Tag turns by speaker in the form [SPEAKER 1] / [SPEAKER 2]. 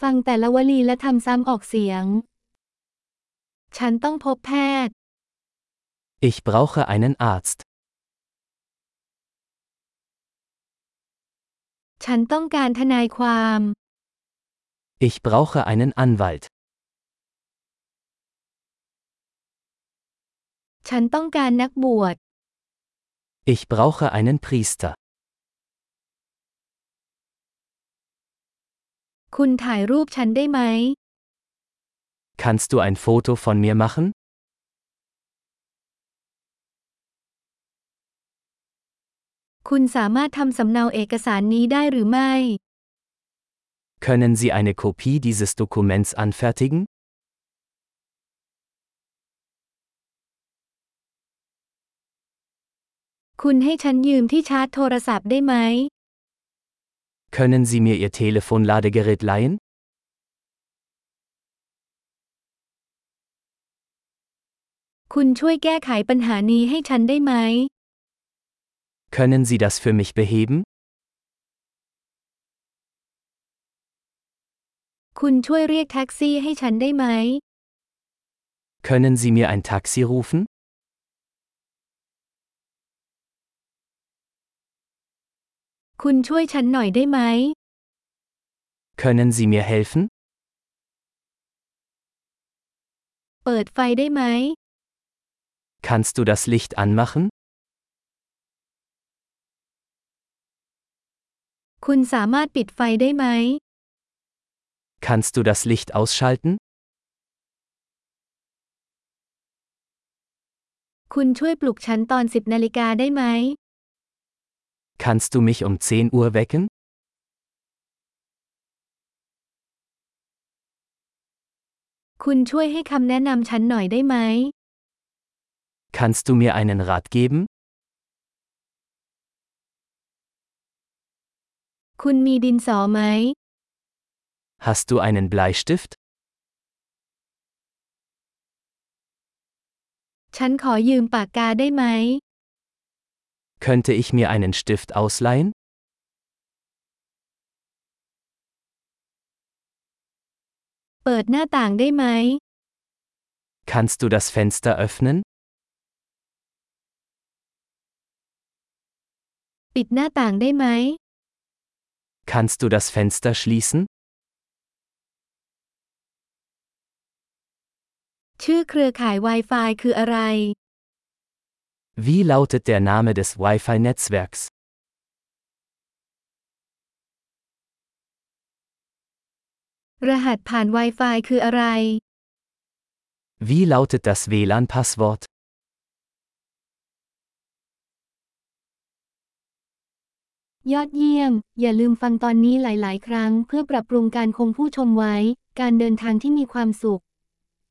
[SPEAKER 1] ฟังแต่ละวลีและทำซ้ำออกเสียง ฉันต้องพบแพทย์
[SPEAKER 2] Ich brauche einen Arzt.
[SPEAKER 1] ฉันต้องการทนายความ
[SPEAKER 2] Ich brauche einen Anwalt.
[SPEAKER 1] ฉันต้องการนักบวช
[SPEAKER 2] Ich brauche einen Priester.
[SPEAKER 1] คุณถ่ายรูปฉันได้ไหม
[SPEAKER 2] Kannst du ein Foto von mir machen?
[SPEAKER 1] คุณสามารถทำสำเนาเอกสารนี้ได้หรือไม่
[SPEAKER 2] Können Sie eine Kopie dieses Dokuments anfertigen?
[SPEAKER 1] คุณให้ฉันยืมที่ชาร์จโทรศัพท์ได้ไหม
[SPEAKER 2] Können Sie mir Ihr Telefonladegerät leihen?
[SPEAKER 1] คุณช่วยแก้ไขปัญหานี้ให้ฉันได้ไหม
[SPEAKER 2] Können Sie das für mich beheben?
[SPEAKER 1] คุณช่วยเรียกแท็กซี่ให้ฉันได้ไหม
[SPEAKER 2] Können Sie mir ein Taxi rufen?
[SPEAKER 1] คุณช่วยฉันหน่อยได้ไหม
[SPEAKER 2] Können Sie mir helfen?
[SPEAKER 1] เปิดไฟได้ไหม
[SPEAKER 2] Kannst du das Licht anmachen?
[SPEAKER 1] คุณสามารถปิดไฟได้ไหม
[SPEAKER 2] Kannst du das Licht ausschalten?
[SPEAKER 1] คุณช่วยปลุกฉันตอนสิบนาฬิกาได้ไหม
[SPEAKER 2] Kannst du mich um 10 Uhr wecken?
[SPEAKER 1] คุณช่วยให้คำแนะนำฉันหน่อยได้ไหม
[SPEAKER 2] Kannst du mir einen Rat geben?
[SPEAKER 1] คุณมีดินสอไหม
[SPEAKER 2] Hast du einen Bleistift?
[SPEAKER 1] ฉันขอยืมปากกาได้ไหม
[SPEAKER 2] Könnte ich mir einen Stift ausleihen?
[SPEAKER 1] เปิดหน้าต่างได้ไหม
[SPEAKER 2] Kannst du das Fenster öffnen?
[SPEAKER 1] ปิดหน้าต่างได้ไหม
[SPEAKER 2] Kannst du das Fenster schließen?
[SPEAKER 1] ชื่อเครือข่าย Wi-Fi คืออะไร
[SPEAKER 2] Wie lautet der Name des Wi-Fi-Netzwerks?
[SPEAKER 1] รหัสผ่าน Wi-Fi คืออะไร
[SPEAKER 2] Wie lautet das WLAN-Passwort?
[SPEAKER 1] ยอดเยี่ยม อย่าลืมฟังตอนนี้หลาย ๆ ครั้ง เพื่อปรับปรุงการคงผู้ชมไว้ การเดินทางที่มีความสุข